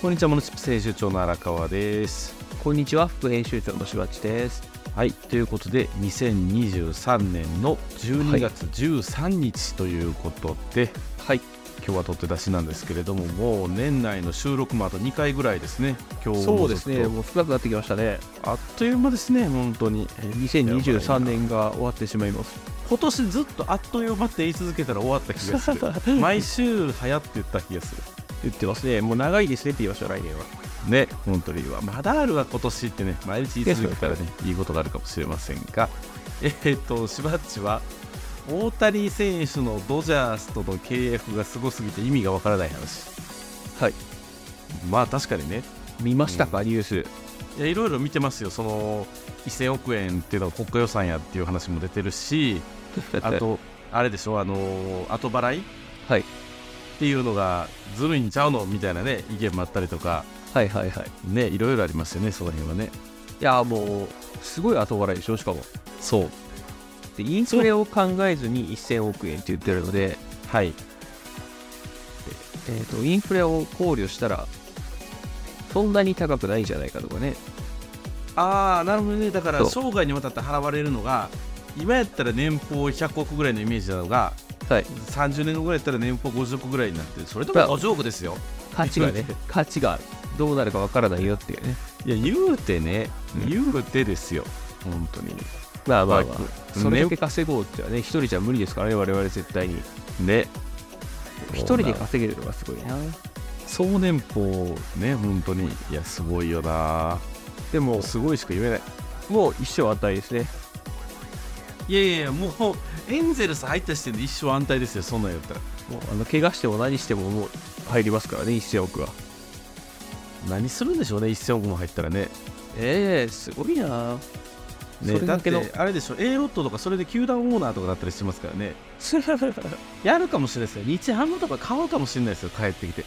こんにちはモノチップス編集長の荒川ですこんにちは、副編集長のしばっちです。はいということで2023年の12月13日ということで、はい、今日は取って出しなんですけれどももう年内の収録もあと2回ぐらいですね今日を除くそとうですね、もう少なくなってきましたね。あっという間ですね本当にえー2023年が終わってしまいます。今年ずっとあっという間って言い続けたら終わった気がする 毎週流行って言った気がする言ってますね、もう長いですねって言いました、来年は。ね本当にはまだあるわ今年ってね毎日言い続けたらねいいことがあるかもしれませんが えー、としばっちは大谷選手のドジャースとの契約がすごすぎて意味がわからない話はい、まあ確かにね見ましたか、ニュース。 いやいろいろ見てますよその1000億円っていうのは国家予算やっていう話も出てるしあ、と、あれでしょ、あのー後払いっはい、ていうのがずるいんちゃうのみたいなね、意見もあったりとか、はいはいはい。いね、いろいろありますよね、その辺はね。や、もう、すごい後払いでしょ、しかも。そう。で、インフレを考えずに1000億円って言ってるので、はい。えー、とインフレを考慮したら、そんなに高くないんじゃないかとかね。ああ、なるほどね。だから、そう生涯にわたって払われるのが、今やったら年俸100億ぐらいのイメージなのが、はい、 30年後ぐらいやったら年俸50億ぐらいになってる、それともだ50億ですよ。価値がね、価値がどうなるかわからないよっていうね。いや、言うてね、うん言うてですよ、本当に。まあまあままあ、あそれだけ稼ごうってはね、一人じゃ無理ですからね、我々絶対に。ね。一人で稼げるのがすごいな。総年俸ね、本当に。いや、すごいよな。でも、すごいしか言えない。もう一生値ですね。いやいやいやもうエンゼルス入った時点で一生安泰ですよそんなんやったらもうあの怪我しても何してももう入りますからね、1000億は。何するんでしょうね1000億も入ったらねええすごいな。ねそれだだけけのどあれでしょ A ロットとかそれで球団オーナーとかだったりしてますからね やるかもしれないですよ日ハムとか買うかもしれないですよ帰ってきて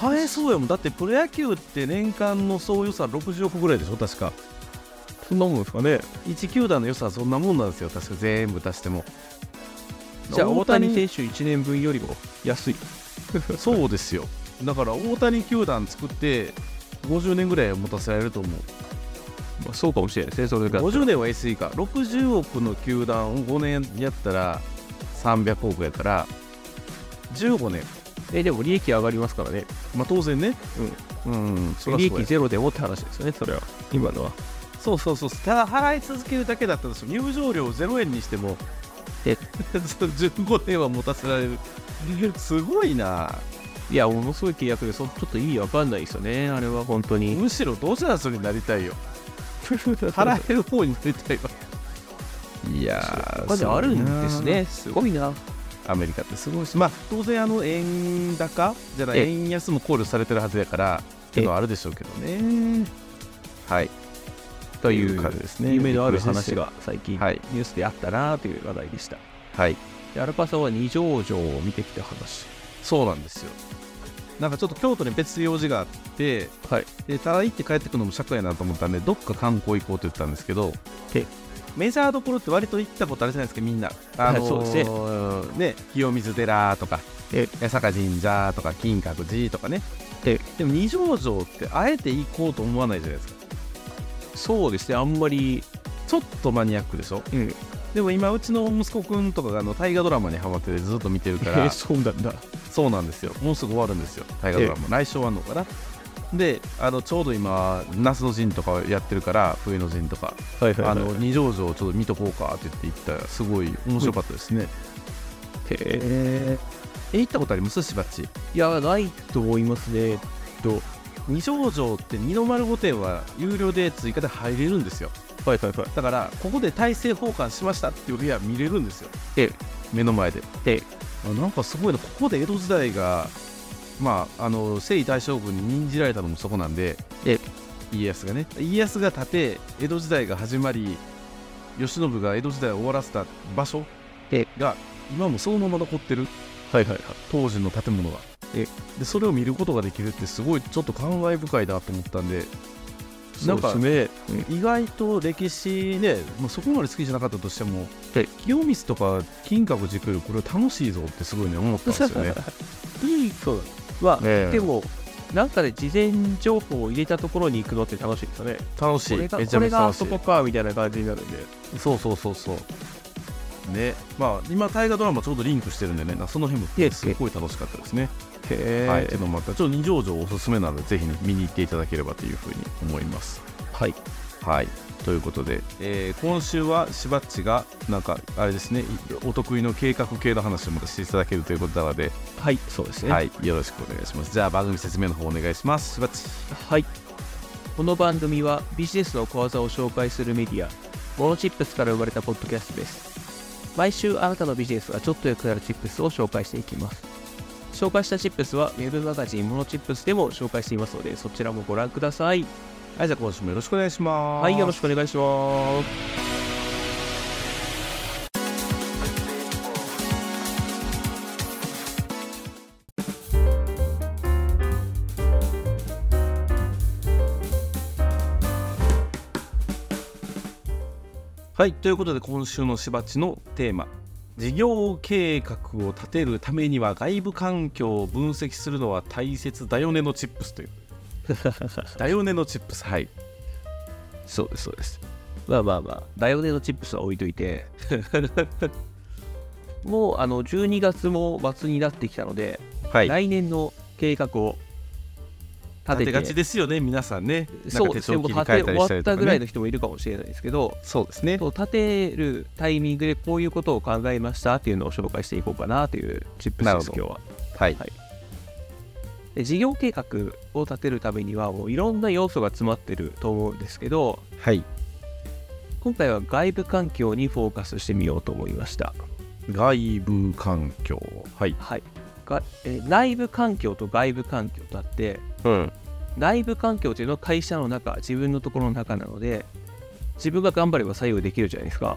買えそうやもんだってプロ野球って年間の総予算60億ぐらいでしょ確かそんなもんですかね。 1球団の予算はそんなもんなんですよ確か全部足してもじゃあ、大谷手選手1年分よりも安い。そうですよだから大谷球団作って50年ぐらいは持たせられると思うまあ、そうかもしれないですね、それが。 50年は SE か60億の球団を5年やったら300億やから15年、えでも利益上がりますからね。まあ、当然ねうん、うん、そら利そう益やゼロでもって話ですよね、それは。今のは。そうそうそうただ払い続けるだけだったら入場料0円にしても えそう15年は持たせられるすごいないや、ものすごい契約で、そちょっと意味わかんないですよね、あれは本当 に。むしろドジャースになりたいよ払払える方になりたいわいやお金あるんですね、すごいな。アメリカってすごいし、まあ、当然あの円高じゃないええ円安も考慮されてるはずやからっていうのはあるでしょうけどね。はい、といいうう感じですね夢のある話が最近ニはいュースであったなという話題でした。はい、で、アルパさんは二条城を見てきた話。そうなんですよ。なんかちょっと京都に別用事があってはい。でただ行って帰ってくるのも尺やなと思ったんでどっか観光行こうって言ったんですけどええメジャーどころって割と行ったことあるじゃないですかみんな。あの ーそうですね清水寺とかえ八坂神社とか金閣寺とかねえでも二条城ってあえて行こうと思わないじゃないですか。そうですね、あんまり、ちょっとマニアックでしょうん、でも今うちの息子くんとかがあの大河ドラマにハマっててずっと見てる からそうなんだ。そうなんですよもうすぐ終わるんですよ大河ドラマ来週終わるのかなであのちょうど今那須の陣とかやってるから冬の陣とかはいはい、はい。あの二条城をちょっと見とこうかって言って行ったらすごい面白かったですね、ええ行ったことありますしばっちいや、ないと思いますね。えっと、二条城って二の丸御殿は有料で追加で入れるんですよはいはいはい。だからここで大政奉還しましたっていう部屋見れるんですよえ目の前でえあなんかすごいなここで江戸時代が、まあ、あの征夷大将軍に任じられたのもそこなんでえ家康がね家康が建て江戸時代が始まり慶喜が江戸時代を終わらせた場所えが今もそのまま残ってるはいはいはい。当時の建物がえでそれを見ることができるってすごいちょっと感慨深いなと思ったんでなんか、なんかね、意外と歴史ね、まあ、そこまで好きじゃなかったとしてもえ清水とか金閣寺来るこれ楽しいぞってすごいね思ったんですよね。そうだは、ええ でも、なんかで事前情報を入れたところに行くのって楽しいですよね。楽しいこれが、めちこゃめれちゃがあ楽しそい。こか、みたいな感じになるんで。そうそうそうそう。ね、まあ今大河ドラマちょうどリンクしてるんでね、なその辺もいえいえすごい楽しかったですね。へはい、えっていうのもあったちょっと二条城おすすめなのでぜひね見に行っていただければというふうに思います。はい。はいということで、えー今週はしばっちがなんかあれですねいお得意の計画系の話をまたしていただけるということなので、はい、そうですね。はい、よろしくお願いしますじゃあ番組説明の方お願いしますしばっちはい。この番組はビジネスの小技を紹介するメディア、モノチップスから生まれたポッドキャストです。毎週あなたのビジネスがちょっと良くなるチップスを紹介していきます。紹介したチップスはウェブマガジンモノチップスでも紹介していますので、そちらもご覧ください。はいじゃあ今週もよろしくお願いしますはい、よろしくお願いします。はいということで今週のしばっちのテーマ事業計画を立てるためには外部環境を分析するのは大切だよねのチップ スというだよねのチップスはいそうです、そうです。まあまあまあ、ダイオネのチップスは置いといて、 もうあの12月も末になってきたので、はい来年の計画を立立てててがちですよね皆さんねなそんうか手ですね帳もう切り立て替えた終りわしたっりとたか、ぐらいねの、人もいるかもしれないですけど、そうですねそう立てるタイミングでこういうことを考えましたっていうのを紹介していこうかなというチップスなでるすほど今日ははいはいで事業計画を立てるためにはもういろんな要素が詰まってると思うんですけどはい今回は外部環境にフォーカスしてみようと思いました外部環境はいはいがえー内部環境と外部環境とあってうん内部環境というのは会社の中自分のところの中なので自分が頑張れば左右できるじゃないですか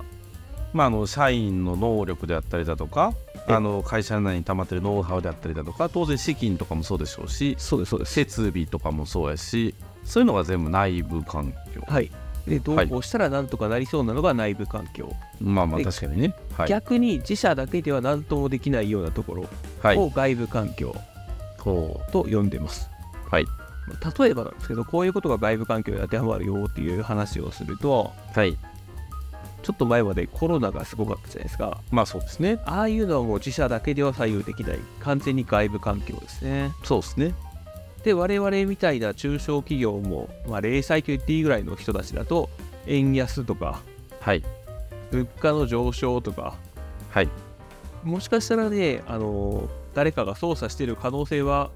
まああの社員の能力であったりだとかえあの会社内に溜まってるノウハウであったりだとか当然資金とかもそうでしょうしそうですそうで設備とかもそうやしそういうのが全部内部環境、はいでどはいうしたらなんとかなりそうなのが内部環境、まあまあで確かにねはい、逆に自社だけでは何ともできないようなところはい、を外部環境ほと呼んでます、うはい例えばなんですけどこういうことが外部環境に当てはまるよっていう話をするとはいちょっと前までコロナがすごかったじゃないですかまあそうですねああいうのはもう自社だけでは左右できない完全に外部環境ですねそうですねで我々みたいな中小企業も、まあ、零細と言っていいぐらいの人たちだと円安とかはい物価の上昇とかはいもしかしたらねあの誰かが操作している可能性は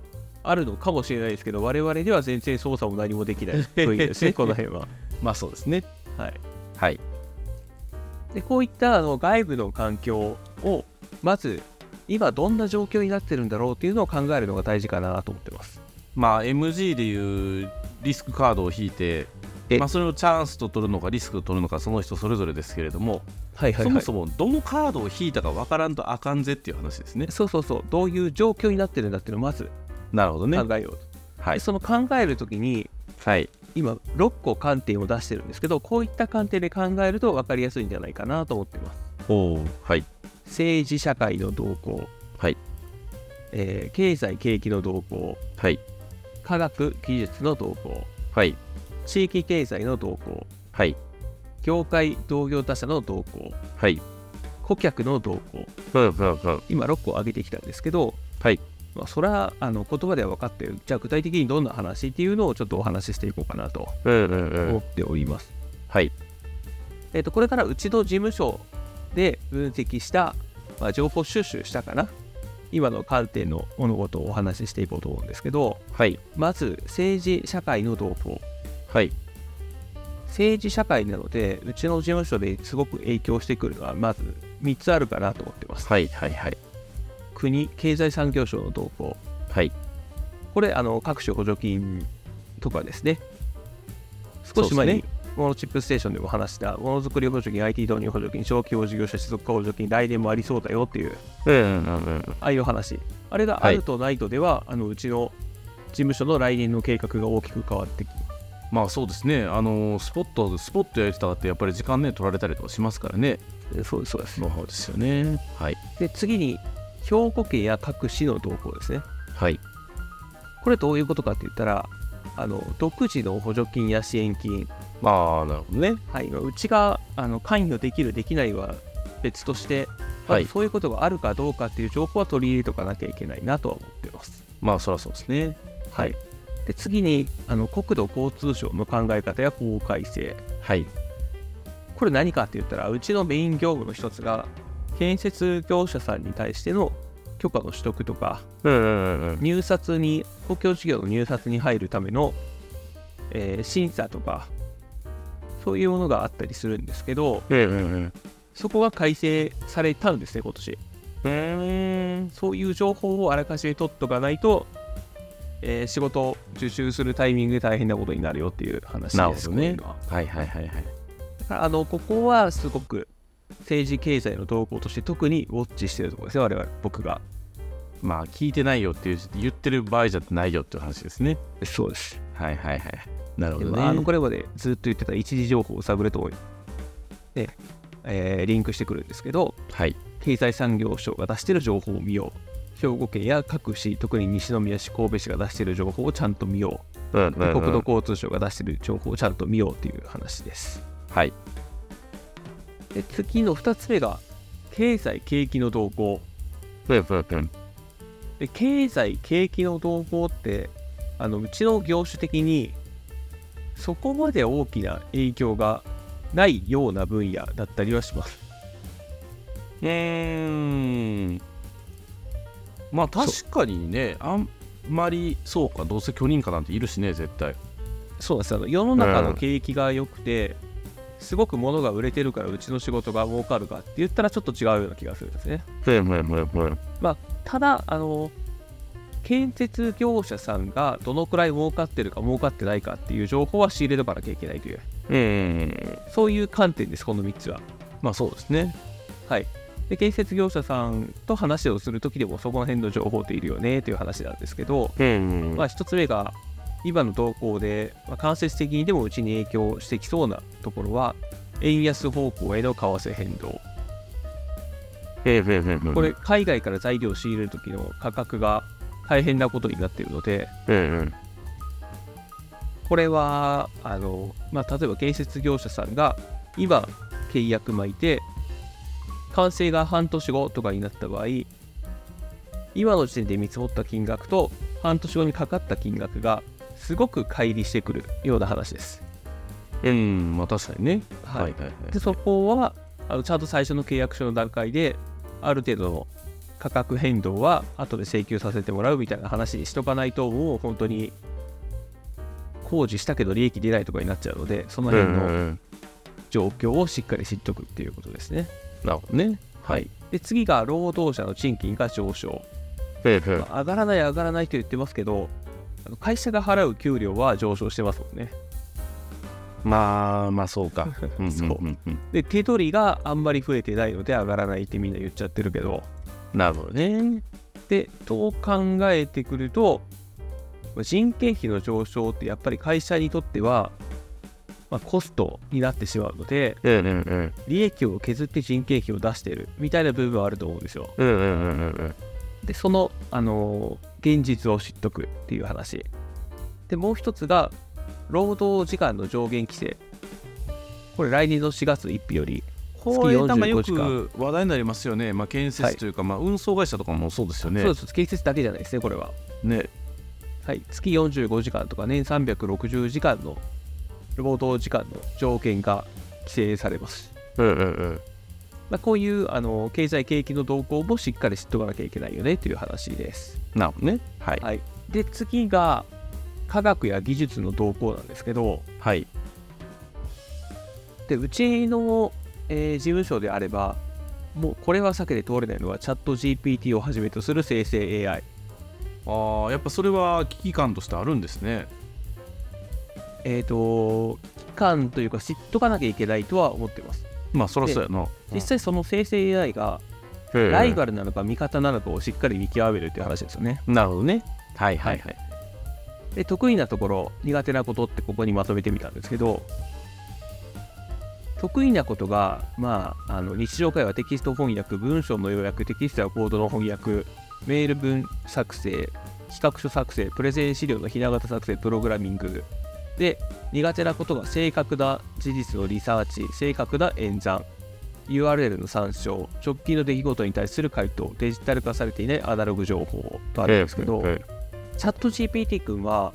あるのかもしれないですけど我々では全然操作も何もできない分野ですねこの辺は。まあそうですねはい、はいでこういったあの外部の環境をまず今どんな状況になってるんだろうっていうのを考えるのが大事かなと思ってます。まあ MG でいうリスクカードを引いてえまあ、それをチャンスと取るのかリスクと取るのかその人それぞれですけれども、はいはそもそもどのカードを引いたかわからんとあかんぜっていう話ですね。そうそうそうどういう状況になってるんだっていうのをまずなるほどね。考えようと、はでい、その考えるときにはい、今6個観点を出してるんですけどこういった観点で考えると分かりやすいんじゃないかなと思ってますおーはい政治社会の動向、はいえー経済景気の動向はい科学技術の動向はい地域経済の動向はい業界同業他社の動向はい顧客の動向うんうんうん今6個挙げてきたんですけど、はいまあ、それはあの言葉では分かってるじゃあ具体的にどんな話っていうのをちょっとお話ししていこうかなとうんうんう思んっております、はいえっとこれからうちの事務所で分析した、まあ、情報収集したかな今の観点の物事をお話ししていこうと思うんですけどはいまず政治社会の動向はい政治社会なのでうちの事務所ですごく影響してくるのはまず3つあるかなと思ってますはいはいはい国経済産業省の動向はいこれあの各種補助金とかですね少し前そうにでモノチップステーションでも話したものづくり補助金 IT 導入補助金小規模事業者持続化補助金来年もありそうだよっていううんうんうんうんああいう話あれがあるとないとでは、あのうちの事務所の来年の計画が大きく変わってきまあそうですねあのースポットスポットやりてたかってやっぱり時間ね取られたりとかしますからねそうですそうですノウハウですよねはいで次に兵庫県や各市の動向ですねはいこれどういうことかって言ったら、あの独自の補助金や支援金、ああ、なるほどね。はい、うちがあの関与できる、できないは別として、まはずいそういうことがあるかどうかっていう情報は取り入れとかなきゃいけないなとは思ってます。まあ、そりゃそうですね。はい、で次にあの国土交通省の考え方や法改正、はい。これ何かって言ったら、うちのメイン業務の一つが、建設業者さんに対しての許可の取得とか、うんうんうんうん。入札に、公共事業の入札に入るための、えー審査とか、そういうものがあったりするんですけど、うんうんそこが改正されたんですね、今年。うん。うん。そういう情報をあらかじめ取っとかないと、えー仕事を受注するタイミングで大変なことになるよっていう話なるでほすどこねういうのは。はいはいはいはい。だからあのここはすごく政治経済の動向として特にウォッチしてるところですね、我々、僕が。まあ、聞いてないよっていう、言ってる場合じゃないよっていう話ですね。そうです。はいはいはい。なるほでども、ね。あのこれまでずっと言ってた一時情報をサブレットで、えーリンクしてくるんですけど、はい。経済産業省が出してる情報を見よう。兵庫県や各市、特に西宮市、神戸市が出してる情報をちゃんと見よう。うんで国土交通省が出してる情報をちゃんと見ようっていう話です。はい。で次の2つ目が、経済景気の動向。うんうんうん。で経済景気の動向ってあのうちの業種的にそこまで大きな影響がないような分野だったりはします。うーん。まあ確かにね、あんまりそうか、どうせ巨人かなんているしね、絶対。そうなんですあの世の中の景気が良くて、すごく物が売れてるからうちの仕事が儲かるかって言ったらちょっと違うような気がするんですね。ふんふんふんふん。まあ、ただあの建設業者さんがどのくらい儲かってるか儲かってないかっていう情報は仕入れとかなきゃいけないといううん。そういう観点ですこの3つは。まあそうですね。はい、で建設業者さんと話をするときでもそこら辺の情報っているよねという話なんですけど、うんまあ、1つ目が今の動向で、まあ、間接的にでもうちに影響してきそうなところは円安方向への為替変動ふんふんふんふん。これ、海外から材料を仕入れる時の価格が大変なことになっているのでうんうん。これはあの、まあ、例えば建設業者さんが今契約巻いて完成が半年後とかになった場合今の時点で見積もった金額と半年後にかかった金額がすごく乖離してくるような話です。うん、まあ確かにね。はいはいはい。でそこはあのちゃんと最初の契約書の段階である程度の価格変動は後で請求させてもらうみたいな話にしとかないともう本当に工事したけど利益出ないとかになっちゃうのでそのうんう辺んうのん。状況をしっかり知っておくっていうことですね。なるほどね。はい。で次が労働者の賃金が上昇、ふんふん。まあ上がらない上がらないと言ってますけどあの会社が払う給料は上昇してますもんね。まあまあそうか。うんうんうんうん。で手取りがあんまり増えてないので上がらないってみんな言っちゃってるけどなるほどね。でと考えてくるとまあ人件費の上昇ってやっぱり会社にとっては、まあ、コストになってしまうのでうんうんうん。利益を削って人件費を出してるみたいな部分はあると思うんですようんうんうんうんうん。でその、あのー現実を知っとくっていう話でもう一つが労働時間の上限規制これ来年の4月1日よりこれなんかよ月45く話題になりますよね、まあ、建設というか、まあ、運送会社とかもそうですよね。そうです建設だけじゃないですねこれはねはい、月45時間とか年360時間の労働時間の上限が規制されます。うんうんうんまあ、こういうあの経済景気の動向もしっかり知っておかなきゃいけないよねという話です。なるほどね。はい。はい、で次が科学や技術の動向なんですけどはい。でうちの、えー事務所であればもうこれは避けて通れないのはチャット GPT をはじめとする生成 AI、ああ、やっぱそれは危機感としてあるんですね。えー、と期間というか知っとかなきゃいけないとは思ってます。まあ、そりゃそうやな。実際その生成 AI がうんライバルなのか味方なのかをしっかり見極めるっていう話ですよね。なるほどね。はいはいはい。で得意なところ苦手なことってここにまとめてみたんですけど得意なことが、まあ、あの日常会話テキスト翻訳文章の要約テキストやコードの翻訳メール文作成企画書作成、プレゼン資料のひな形作成、プログラミング。で、苦手なことが正確な事実のリサーチ、正確な演算、URL の参照、直近の出来事に対する回答、デジタル化されていないアナログ情報とあるんですけど、チャット GPT 君は、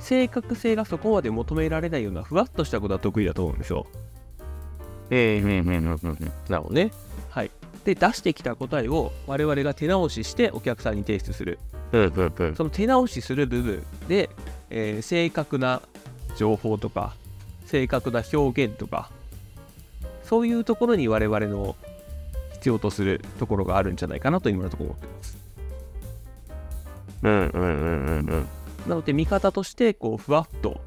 正確性がそこまで求められないようなふわっとしたことは得意だと思うんですよ。ええうんうんうんうんなるほどね。はい。で、出してきた答えを我々が手直ししてお客さんに提出する。うんうんうんその手直しする部分で、えー正確な情報とか、正確な表現とか、そういうところに我々の必要とするところがあるんじゃないかなと今のところ思ってます。うんうんうんうんうんなので、見方として、こう、ふわっと、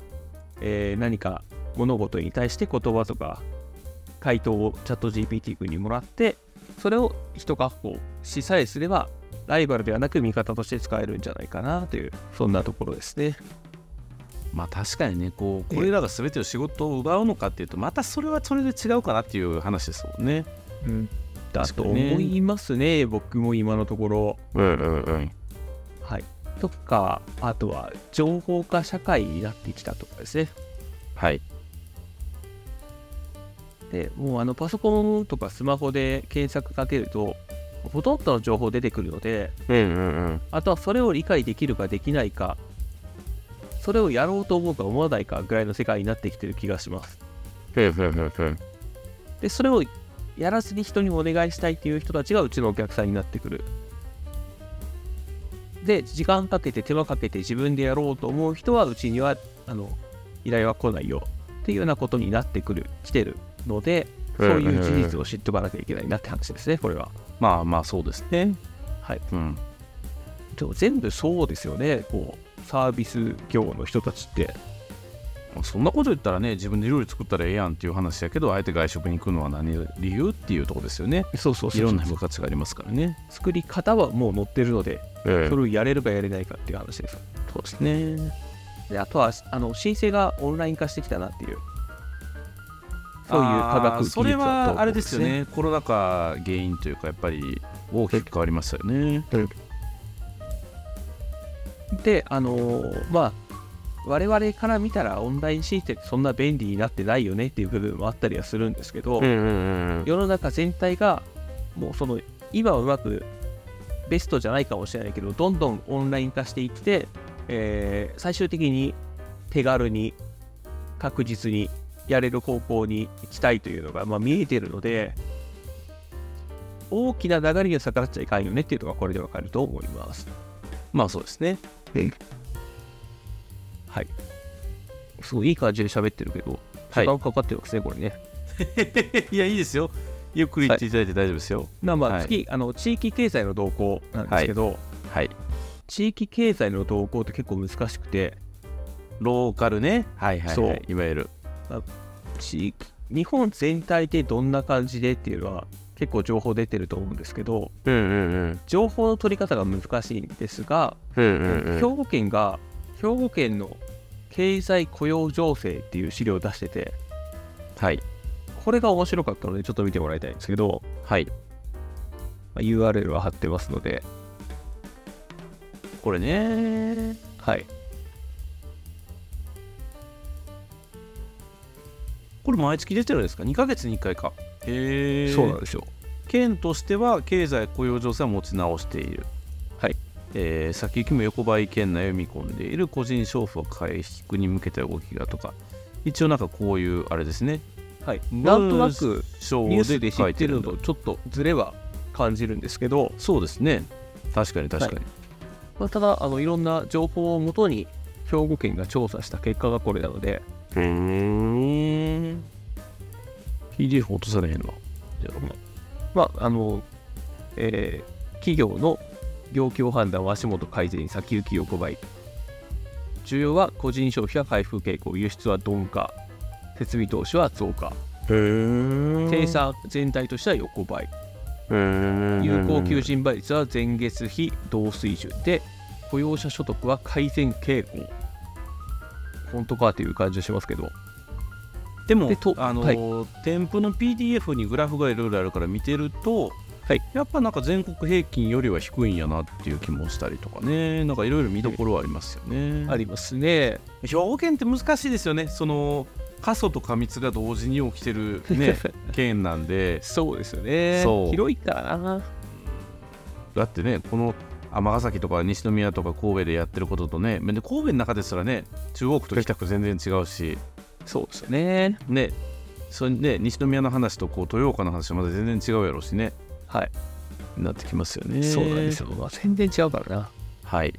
えー何か物事に対して言葉とか、回答をチャット GPT 君にもらって、それを一括弧しさえすれば、ライバルではなく味方として使えるんじゃないかなという、そんなところですね。まあ確かにねこうこれらが全ての仕事を奪うのかっていうとまたそれはそれで違うかなっていう話ですもんねだと思いますね僕も今のところ。うんうんうんはい、とかあとは情報化社会になってきたとかですね。はいでもうあのパソコンとかスマホで検索かけるとほとんどの情報出てくるのでうんうんうんあとはそれを理解できるかできないかそれをやろうと思うか思わないかぐらいの世界になってきてる気がします。うんうんうんでそれをやらずに人にお願いしたいっていう人たちがうちのお客さんになってくるで時間かけて手間かけて自分でやろうと思う人はうちにはあの依頼は来ないよっていうようなことになってくる来てるのでそういう事実を知っとかなきゃいけないなって話ですねこれはまあまあそうですねはいうんでも全部そうですよねこうサービス業の人たちってそんなこと言ったらね自分で料理作ったらええやんっていう話やけどあえて外食に行くのは何理由っていうとこですよねそうそういろんな付加価値がありますからね作り方はもう載ってるのでえそれをやれるかやれないかっていう話ですそうですねであとはあの申請がオンライン化してきたなっていうそういう科学技術それだと思うんはあれですよねコロナ禍原因というかやっぱり大きく変わりましたよねであのーまあ我々から見たらオンライン申請ってそんな便利になってないよねっていう部分もあったりはするんですけど、ん世の中全体がもうその今はうまくベストじゃないかもしれないけどどんどんオンライン化していって、えー最終的に手軽に確実にやれる方向に行きたいというのが、まあ、見えてるので大きな流れには逆らっちゃいかんよねっていうのがこれでわかると思います。まあそうですねはい。すごいいい感じで喋ってるけど、はい時間かかってますね、これね。 いやいいですよゆっくり言っていただいて大丈夫ですよまあまはあい次、あの地域経済の動向なんですけど、はい地域経済の動向って結構難しくてローカルねはいはいそはういいわゆる地域日本全体でどんな感じでっていうのは結構情報出てると思うんですけどうんうんうん情報の取り方が難しいんですが、うん兵庫県が兵庫県の経済雇用情勢っていう資料を出しててはいこれが面白かったのでちょっと見てもらいたいんですけど、はいまあ URL は貼ってますのでこれねはいこれ毎月出てるんですか2ヶ月に1回かへえそうなんですよ県としては経済雇用情勢を持ち直している、はいえー先行きも横ばい県内を見込んでいる個人消費を回復に向けた動きがとか一応なんかこういうあれですねはいなんとなく章ニュースで知書っいてるのんだとちょっとずれは感じるんですけど、そうですね確かに確かに、まあ、ただあのいろんな情報をもとに兵庫県が調査した結果がこれなのでへえ PDF 落とされへんのじゃまああの、えー企業の業況判断を足元改善先行き横ばい需要は個人消費は回復傾向輸出は鈍化設備投資は増加あへ生産全体としては横ばい有有効求人倍率は前月比同水準で雇用者所得は改善傾向本当かという感じがしますけどでもでとあの、は添付の PDF にグラフがいろいろあるから見てるとはいやっぱなんか全国平均よりは低いんやなっていう気もしたりとかねなんかいろいろ見どころはありますよね、ありますね。表現って難しいですよねその過疎と過密が同時に起きてる ね県なんでそうですよねそう広いからな。だってねこの尼崎とか西宮とか神戸でやってることとねで神戸の中ですらね中央区と北区全然違うしそうですよね。ねそれで西宮の話とこう豊岡の話はまだ全然違うやろうしねはい。なってきますよねそうなんですよ。まあ全然違うからな。はい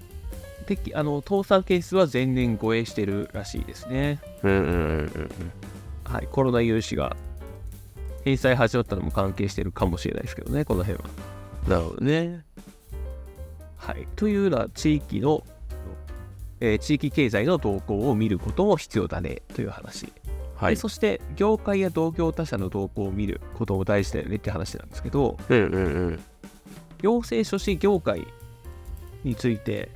で、あの、倒産件数は前年超えしてるらしいですね。うんうんうんうんはい。コロナ融資が返済始まったのも関係してるかもしれないですけどね、この辺は。なるほどねはい。というような地域の、えー地域経済の動向を見ることも必要だねという話。はでそして業界や同業他社の動向を見ることも大事だよねって話なんですけどうんうんうん行政書士業界について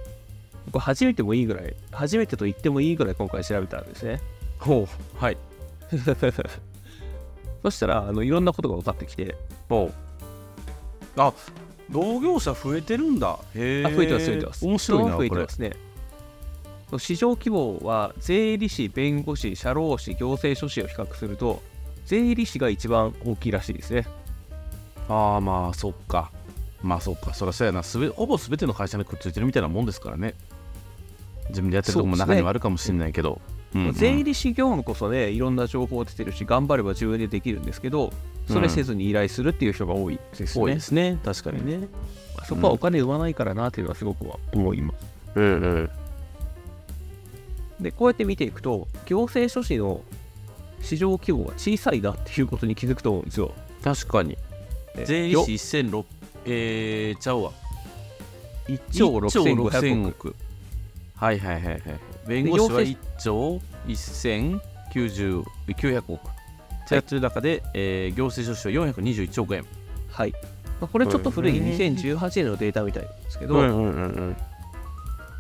これ初めてもいいぐらい初めてと言ってもいいぐらい今回調べたんですねほうはいそしたらあのいろんなことが分かってきてほうあ同業者増えてるんだへえあ増えてます増えてます面白い人なは増こえれてますねそう市場規模は税理士弁護士社労士行政書士を比較すると税理士が一番大きいらしいですねああまあそっかまあそっかそりゃそうやなすべほぼ全ての会社にくっついてるみたいなもんですからね自分でやってるとこも中にはあるかもしれないけど、うんうん税理士業務こそねいろんな情報出てるし頑張れば自分でできるんですけどそれせずに依頼するっていう人が多いです多ね、いですね確かにねそこはお金生まないからなっていうのはすごくは思いますうんうんでこうやって見ていくと行政書士の市場規模が小さいなっていうことに気づくと思うんですよ確かにで税理よ士1600えー、ちゃうわ1兆6500 1億はいはいはいはい弁護士はで1兆1090900億社中中で、えー行政書士は421億円はい、まあ、これちょっと古いうん2018年のデータみたいなんですけど、うんうんうん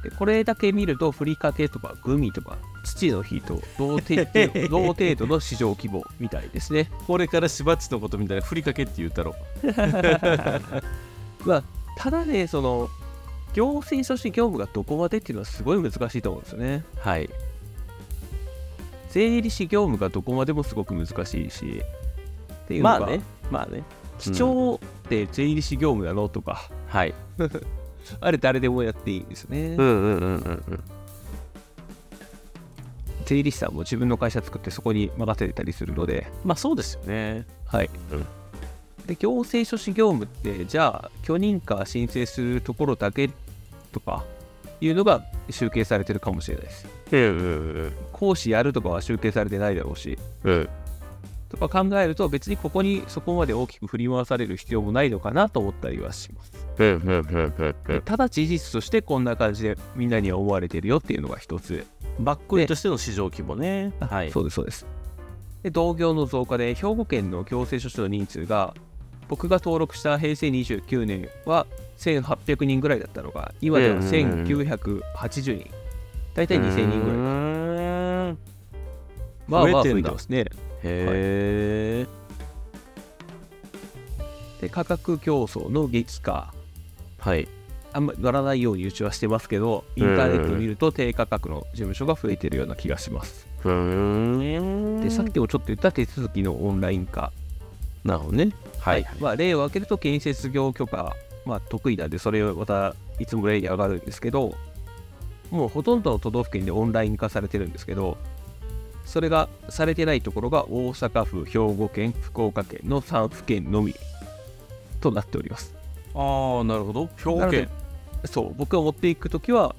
でこれだけ見るとふりかけとかグミとか土の日と同 程同程度の市場規模みたいですねこれからしばっちのことみたいなふりかけって言うたろまあ、ただね、その、行政書士業務がどこまでっていうのはすごい難しいと思うんですよね。はい税理士業務がどこまでもすごく難しいし、っていうのまが、あね、まあね基調って税理士業務なのとか、はいあれ誰でもやっていいんですよね。んうんうんうん税理士さんも自分の会社作ってそこに任せてたりするので、まあそうですよねはい。うんで、行政書士業務って、じゃあ、許認可申請するところだけとか、いうのが集計されてるかもしれないです。うんうん講師やるとかは集計されてないだろうし、うんとか考えると別にここにそこまで大きく振り回される必要もないのかなと思ったりはしますうんうんうんただ事実としてこんな感じでみんなには思われてるよっていうのが一つバックエとしての市場規模ねはいそうですそうですで同業の増加で兵庫県の行政書士の人数が僕が登録した平成29年は1800人ぐらいだったのが今では1980人大体2000人ぐらいらいまあまあ増増ええてんてだますねへえで価格競争の激化はいあんまり乗らないようにうちはしてますけど、インターネットを見ると低価格の事務所が増えてるような気がします。うんで、さっきもちょっと言った手続きのオンライン化。なるほどねはいまあ、例を挙げると建設業許可、まあ、得意なんで、それをまたいつも例に上がるんですけど、もうほとんどの都道府県でオンライン化されてるんですけど、それがされてないところが大阪府、兵庫県、福岡県の3府県のみとなっております。ああなるほど兵庫なので県そう僕が持っていく時は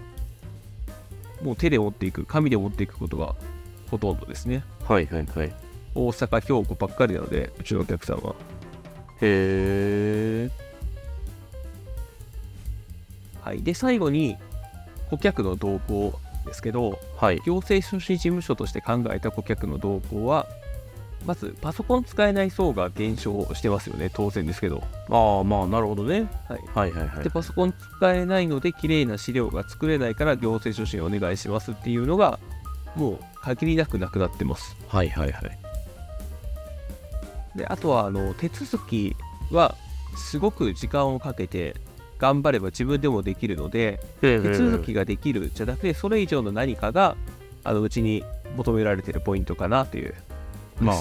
もう手で持っていく紙で持っていくことがほとんどですねはいはいはいへ大阪兵庫ばっかりなのでうちのお客さんはえはいで最後に顧客の動向ですけどはい行政書士事務所として考えた顧客の動向はまずパソコン使えない層が減少してますよね当然ですけどああまあなるほどねはいはいはいはいでパソコン使えないので綺麗な資料が作れないから行政書士にお願いしますっていうのがもう限りなくなくなってますはいはいはいであとはあの手続きはすごく時間をかけて頑張れば自分でもできるので手手続きができるじゃなくてそれ以上の何かがあのうちに求められてるポイントかなという、まあ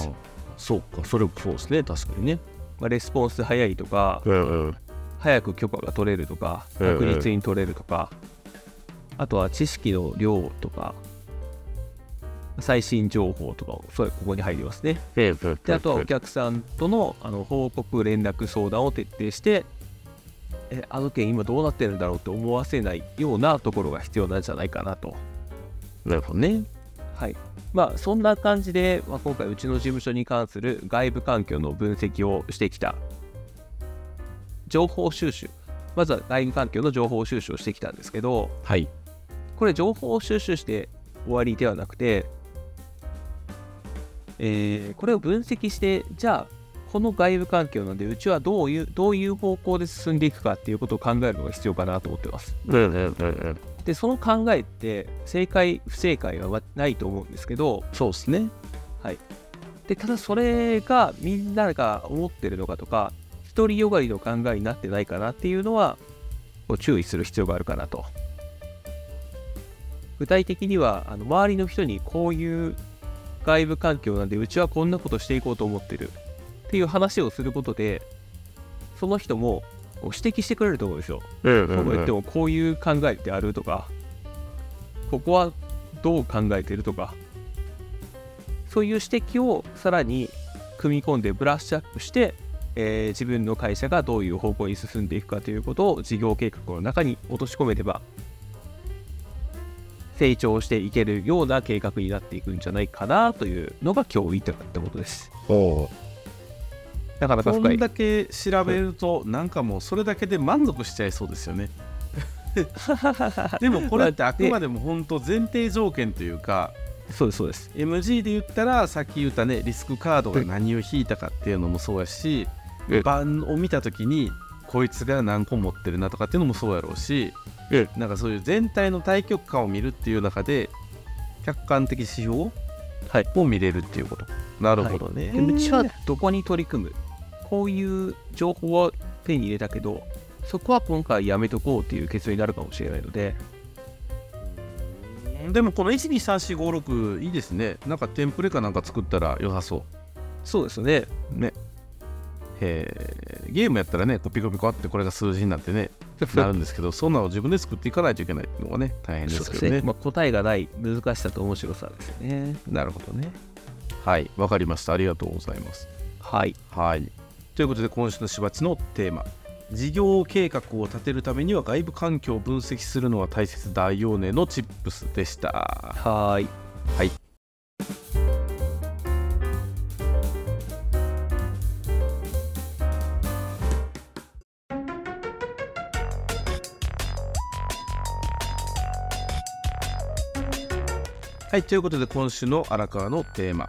そうかそれもそうですね確かにねまあ、レスポンス早いとかうんうん早く許可が取れるとかうんうん確実に取れるとか、あとは知識の量とか最新情報とかそれここに入りますねうんうんであとはお客さんとのあの報告連絡相談を徹底してえあの件今どうなってるんだろうって思わせないようなところが必要なんじゃないかなとなるほどねはいまあそんな感じで、まあ、今回うちの事務所に関する外部環境の分析をしてきた情報収集まずは外部環境の情報収集をしてきたんですけどはいこれ情報収集して終わりではなくて、えーこれを分析してじゃあこの外部環境なんでうちはどういうどういう方向で進んでいくかっていうことを考えるのが必要かなと思ってますうんうんうんうんでその考えって正解不正解はないと思うんですけどそうですねでただそれがみんなが思ってるのかとか独りよがりの考えになってないかなっていうのはこう注意する必要があるかなと具体的にはあの周りの人にこういう外部環境なんでうちはこんなことしていこうと思ってるっていう話をすることでその人もこう指摘してくれると思うんですようんうこんうう言っんてもこういう考えってあるとかここはどう考えてるとかそういう指摘をさらに組み込んでブラッシュアップして、えー自分の会社がどういう方向に進んでいくかということを事業計画の中に落とし込めれば成長していけるような計画になっていくんじゃないかなというのが今日言いたかったことです。おうなかなかこ深んい。だけ調べるとなんかもうそれだけで満足しちゃいそうですよ ねでもこれってあくまでも本当前提条件というかそうですそうです。 MG で言ったらさっき言ったねリスクカードが何を引いたかっていうのもそうやしうん盤を見た時にこいつが何個持ってるなとかっていうのもそうやろうしうんなんかそういう全体の対局観を見るっていう中で客観的指標はいを見れるっていうことなるほどね、でうちはどこに取り組むこういう情報は手に入れたけどそこは今回やめとこうっていう結論になるかもしれないのででもこの123456いいですねなんかテンプレかなんか作ったら良さそうそうですねねえーゲームやったらねこうピコピコあってこれが数字になってね なるんですけどそんなの自分で作っていかないといけないっていうのがね大変でそうすでけすどねねまあ、答えがない難しさと面白さですねなるほどねはいわかりましたありがとうございますはいはいということで今週のしばちのテーマ事業計画を立てるためには外部環境を分析するのは大切だよねのチップスでしたはーいはいはい、ということで今週の荒川のテーマ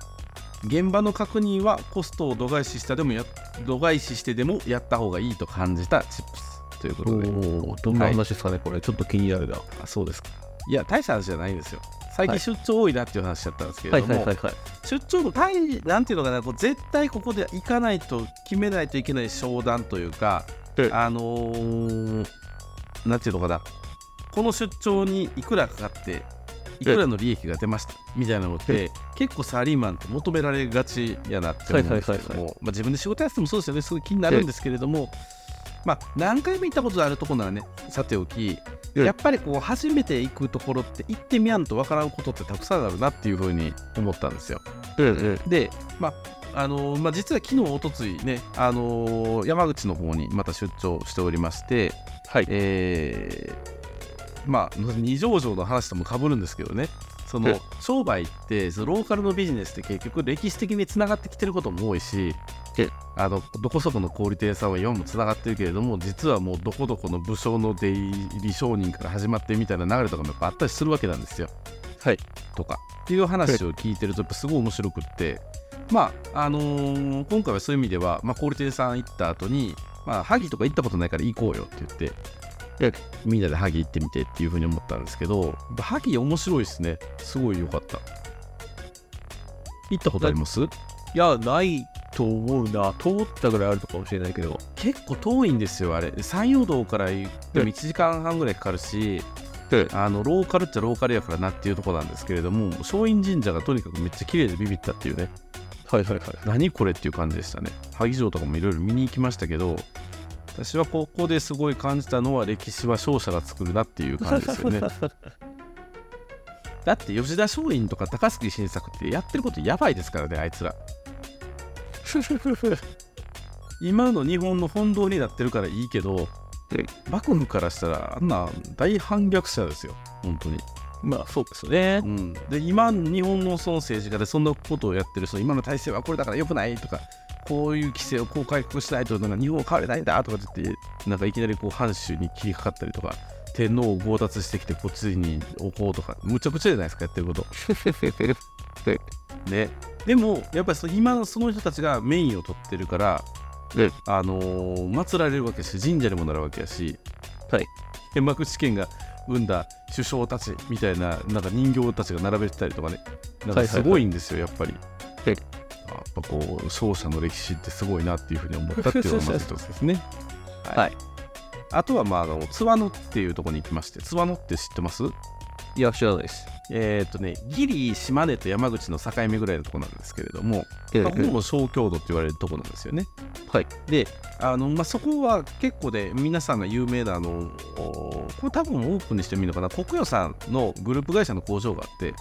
現場の確認はコストを度外視したでもや度外視してでもやった方がいいと感じたチップスということでおどんな話ですかね、これちょっと気になるなはあそうですかいや大した話じゃないんですよ最近出張多いなっていう話だったんですけれいどはも、いはいはい出張の大なんていうのかなこう絶対ここで行かないと決めないといけない商談というかええあのーなんていうのかなこの出張にいくらかかっていくらの利益が出ましたみたいなのっえて結構サラリーマンって求められがちやなって思うんですはいけどはいはいもまあ自分で仕事やっててもそうですよねすごい気になるんですけれどもまあ何回も行ったことあるところならねさておきええやっぱりこう初めて行くところって行ってみやんとわからんことってたくさんあるなっていうふうに思ったんですよ。うんうんで、まああのーまあ、実は昨日、おとついね、あのー山口の方にまた出張しておりまして、はいえーまあ、二条城の話ともかぶるんですけどね、そえの商売って、そのローカルのビジネスって結局、歴史的につながってきてることも多いしえ、あのどこそこの小売店さんは今もつながってるけれども、実はもうどこどこの武将の出入り商人から始まってみたいな流れとかもやっぱあったりするわけなんですよ。はいとかっていう話を聞いてるとやっぱすごい面白くってまああのー今回はそういう意味では、まあ、小売店さん行った後にまあ萩とか行ったことないから行こうよって言ってでみんなで萩行ってみてっていうふうに思ったんですけどやっぱ萩面白いですねすごい良かった行ったことありますいやないと思うな。通ったぐらいあるのかもしれないけど。結構遠いんですよあれ山陽道から行っても1時間半ぐらいかかるしで、あのローカルっちゃローカルやからなっていうところなんですけれども松陰神社がとにかくめっちゃ綺麗でビビったっていうねはいはいはい。何これっていう感じでしたね萩城とかもいろいろ見に行きましたけど私はここですごい感じたのは歴史は勝者が作るなっていう感じですよねだって吉田松陰とか高杉晋作ってやってることやばいですからねあいつら今の日本の本堂になってるからいいけどで幕府からしたらあんな大反逆者ですよ本当に、 まあそうですよね。うん、で今の日本のその政治家でそんなことをやってる人今の体制はこれだから良くないとかこういう規制をこう改革しないとなんか日本は変われないんだとかって言ってなんかいきなりこう藩主に切りかかったりとか天皇を強奪してきてこっちに置こうとかむちゃくちゃじゃないですかやってることね、でもやっぱりその今のその人たちがメインを取ってるから、うんあのー祀られるわけやし神社にもなるわけやし、はい、天幕試験が生んだ首相たちみたいななんか人形たちが並べてたりとかねなんはいはいはかいすごいんですよ、やっぱうんり。やっぱこう勝者の歴史ってすごいなっていうふうに思ったっていうのがまず一つですね。はい。あとはまああの津和野っていうところに行きまして津和野って知ってますいや、知らないです。えっ、とねギリ島根と山口の境目ぐらいのところなんですけれども、まあここも小郷土って言われるとこなんですよね。はい、であの、まあ、そこは結構で皆さんが有名なあのおこれ多分オープンにしてもいいのかな国与さんのグループ会社の工場があって、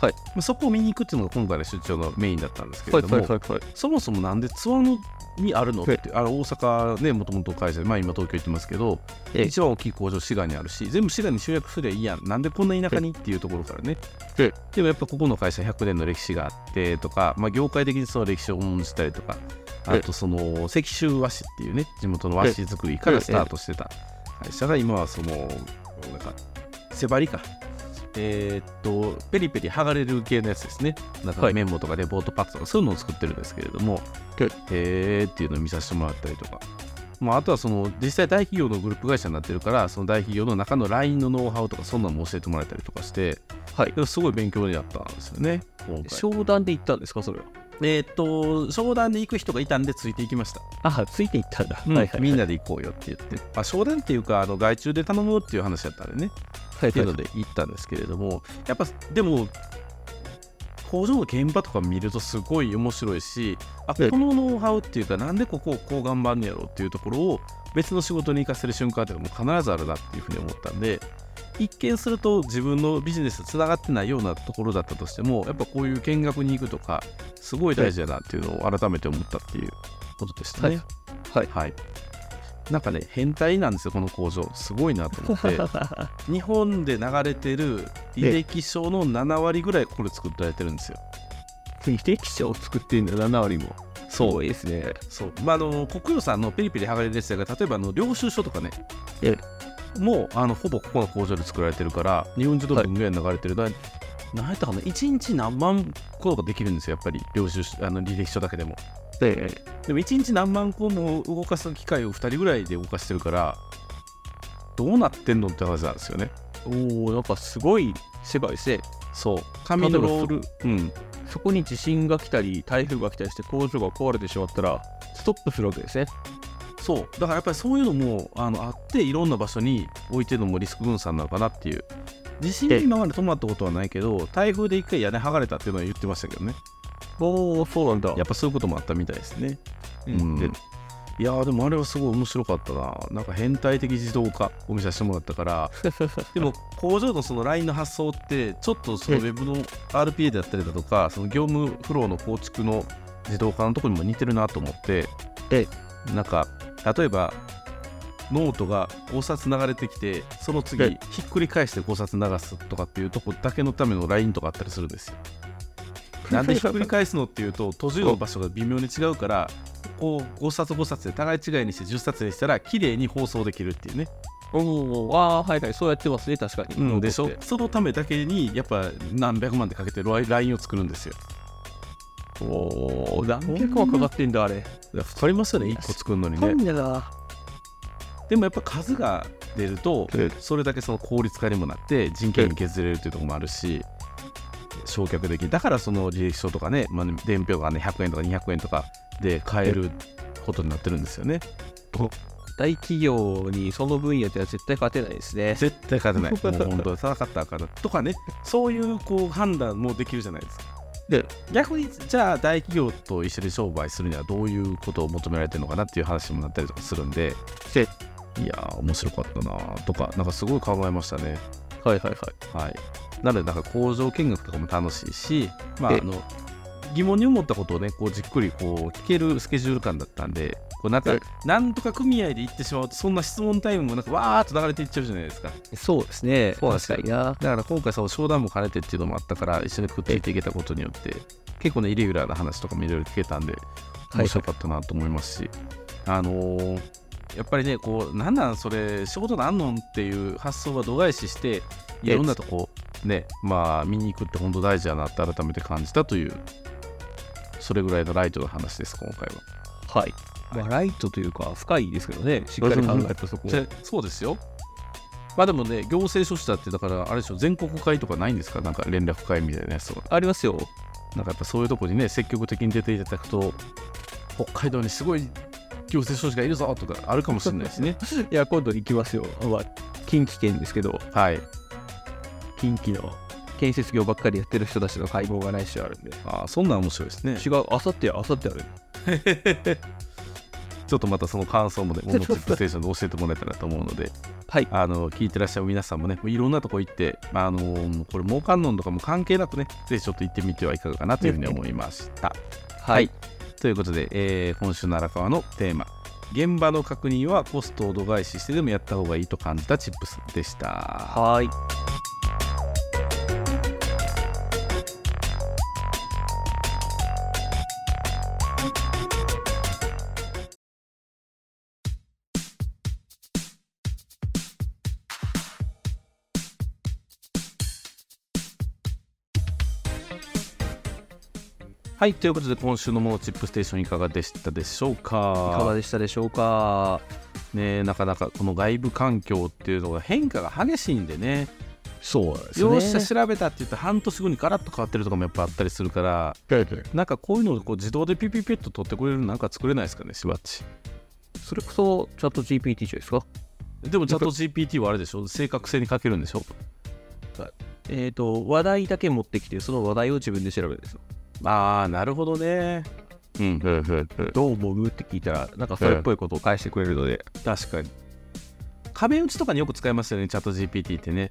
はいまあ、そこを見に行くっていうのが今回の出張のメインだったんですけはれいどはいも、はいはい。そもそもなんで津和野にあるのってあの大阪ねもともと会社で、まあ、今東京行ってますけどええ一番大きい工場滋賀にあるし全部滋賀に集約すりゃいいやんなんでこんな田舎にっていうところからねええでもやっぱここの会社100年の歴史があってとか、まあ、業界的にその歴史を重んじたりとかあえとその石州和紙っていうね地元の和紙作りからスタートしてた会社が今はそのなんか背張りかえーっとペリペリ剥がれる系のやつですねなはんかいメモとかレポートパッドとかそういうのを作ってるんですけれども、うんへーっていうのを見させてもらったりとか、まあ、あとはその実際大企業のグループ会社になってるからその大企業の中の LINE のノウハウとかそんなのも教えてもらえたりとかして、はいでもすごい勉強になったんですよね今回商談で行ったんですか、それは。えーっと商談で行く人がいたんでついていきましたあ、ついて行ったんだ。うんはいはいはい。みんなで行こうよって言って、まあ、商談っていうかあの外注で頼むっていう話だったんでねはいってはいいうはい。ので行ったんですけれどもやっぱでも工場の現場とか見るとすごい面白いしあこええのノウハウっていうかなんでここをこう頑張んねやろうっていうところを別の仕事に生かせる瞬間っていうのも必ずあるなっていうふうに思ったんで一見すると自分のビジネスとつながってないようなところだったとしてもやっぱこういう見学に行くとかすごい大事だなっていうのを改めて思ったっていうことでしたね。はいはい、なんかね変態なんですよこの工場すごいなと思って。日本で流れてる履歴書の7割ぐらいこれ作られてるんですよ。履歴書を作ってんだ、7割も。そうですね。そうまあ、あの国与さんのペリペリ剥がれるやつが例えばあの領収書とかねえもうあのほぼここの工場で作られてるから日本自動文ぐらい流れてる、な何やったかな1日何万個とかできるんですよやっぱり領収書あの履歴書だけでもで、でも1日何万個も動かす機械を2人ぐらいで動かしてるからどうなってんのって話なんですよねおおなんかすごい狭いですね。そう紙のロール、うん、そこに地震が来たり、台風が来たりして工場が壊れてしまったら、ストップするわけですね。そうだからやっぱりそういうのもあのあっていろんな場所に置いてるのもリスク分散なのかなっていう地震で今まで止まったことはないけど台風で一回屋根剥がれたっていうのは言ってましたけどねおおそうなんだ。やっぱそういうこともあったみたいですねううんんでいやーでもあれはすごい面白かったななんか変態的自動化を見させてもらったから でも工場のその LINE の発想ってちょっとそのウえェブの RPA であったりだとかその業務フローの構築の自動化のところにも似てるなと思ってえなんか例えばノートが5冊流れてきてその次えひっくり返して5冊流すとかっていうとこだけのための LINE とかあったりするんですよ。なんでひっくり返すのっていうと閉じる場所が微妙に違うからこう5冊5冊で互い違いにして10冊にしたら綺麗に放送できるっていうね、おおああー、はいはい、そうやってますね、確かに。でしょそのためだけにやっぱ何百万でかけて LINE を作るんですよおお何百万かかってんだ、あれ。かかりますよね1個作るのにだねな。でもやっぱ数が出るとで、それだけその効率化にもなって人件費削れるというところもあるし焼却できるだからその履歴書とかね、まあ、伝票がね100円とか200円とかで買えることになってるんですよね。大企業にその分野では絶対勝てないですね。絶対勝てない。もう本当に戦ったらあかんなとかね、そういうこう判断もできるじゃないですか。で、逆にじゃあ大企業と一緒に商売するにはどういうことを求められてるのかなっていう話にもなったりとかするんで、でいやー、面白かったなーとか、なんかすごい考えましたね。はいはいはい。はい。なので、なんか工場見学とかも楽しいし、まあ、えあの、疑問に思ったことをね、こうじっくりこう聞けるスケジュール感だったんで、こうなんかえ、なんとか組合で行ってしまうと、そんな質問タイムもなんか、わーっと流れていっちゃうじゃないですか。そうですね。そうなんです確よかにな。だから今回、そう商談も兼ねてっていうのもあったから、一緒にくっついていけたことによって、結構ね、イレギュラーな話とかもいろいろ聞けたんで、い面白かったなと思いますし、あのーやっぱりね、こう、なんなんそれ、仕事なんのんっていう発想は度外視して、いろんなとこ、ね、まあ、見に行くって本当大事だなって改めて感じたという、それぐらいのライトの話です、今回は。はい。まあ、ライトというか、深いですけどね。しっかり考えたそこ。じゃそうですよ。まあでもね、行政書士だって、だから、あれでしょ、全国会とかないんですか、なんか連絡会みたいなやつとか。ありますよ。なんかやっぱそういうとこにね、積極的に出ていただくと、北海道にすごい行政書士がいるぞとかあるかもしれないです ね。いや、今度行きますよ。まあ、近畿圏ですけど、はい。近畿の建設業ばっかりやってる人たちの会合がないしあるんで。ああ、そんなん面白いですね。違う、あさってや、あさってある。ちょっとまたその感想もね、モノチップステーションで教えてもらえたらと思うので、はい。あの、聞いてらっしゃる皆さんもね、いろんなとこ行って、まあ、あのこれ、儲かんのんとかも関係なくね、ぜひちょっと行ってみてはいかがかなというふうに思いました。はい。ということで、えー今週の荒川のテーマ現場の確認はコストを度外視してでもやった方がいいと感じたチップスでしたはい。はいということで今週の「モノチップステーション」いかがでしたでしょういかがかでしたでしょうか。ねなかなかこの外部環境っていうのが変化が激しいんでねそうですよっしゃ調べたって言って半年後にガラッと変わってるとかもやっぱあったりするからなんかこういうのをこう自動でピピピッと取ってくれるなんか作れないですかねしばっちそれこそ、チャット GPT じゃないですか。でもチャット GPT はあれでしょ正確性に欠けるんでしょえっ、と、話題だけ持ってきて、その話題を自分で調べるんですよ。ああなるほどねうんどう思うって聞いたら、なんかそれっぽいことを返してくれるので。確かに壁打ちとかによく使いますよねチャット GPT ってね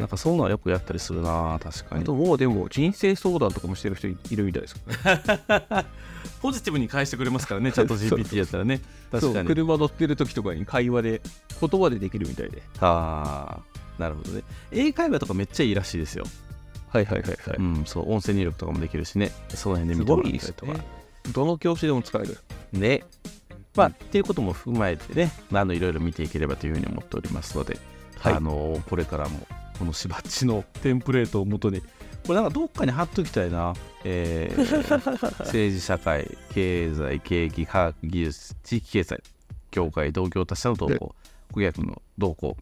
なんかそういうのはよくやったりするな確かあにともうでも人生相談とかもしてる人いるみたいですからねポジティブに返してくれま すからねチャット GPT やったらねそう確かに車乗ってる時とかに会話で言葉でできるみたいであーなるほどね英会話とかめっちゃいいらしいですよ、はいはいはいはうんそう音声入力とかもできるしねその辺です見てもごらいっでたすりとかねどの教師でも使えるね。まあ、っていうことも踏まえてね、まああのいろいろ見ていければというふうに思っておりますので、はいあのこれからもこのしばっちのテンプレートをもとに、これなんかどっかに貼っときたいな、えー 政治、社会、経済、景気、科学、技術、地域経済、業界、同業他社の動向、顧客の動向、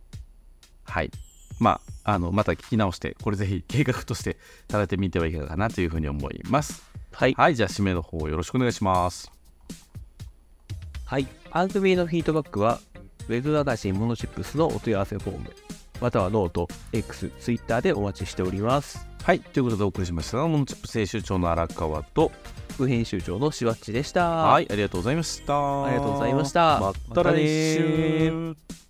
はい。まあ、あのまた聞き直して、これぜひ計画として立ててみてはいかがかなというふうに思います。はい、はい、じゃあ、締めの方よろしくお願いします。はい、番組へのフィードバックはウェブ話しモノチップスのお問い合わせフォームまたはノート X、Twitter でお待ちしておりますはい、ということでお送りしましたのはモノチップ編集長の荒川と、副編集長のしわっちでしたはい、ありがとうございました。ありがとうございましたまたま来た週。ね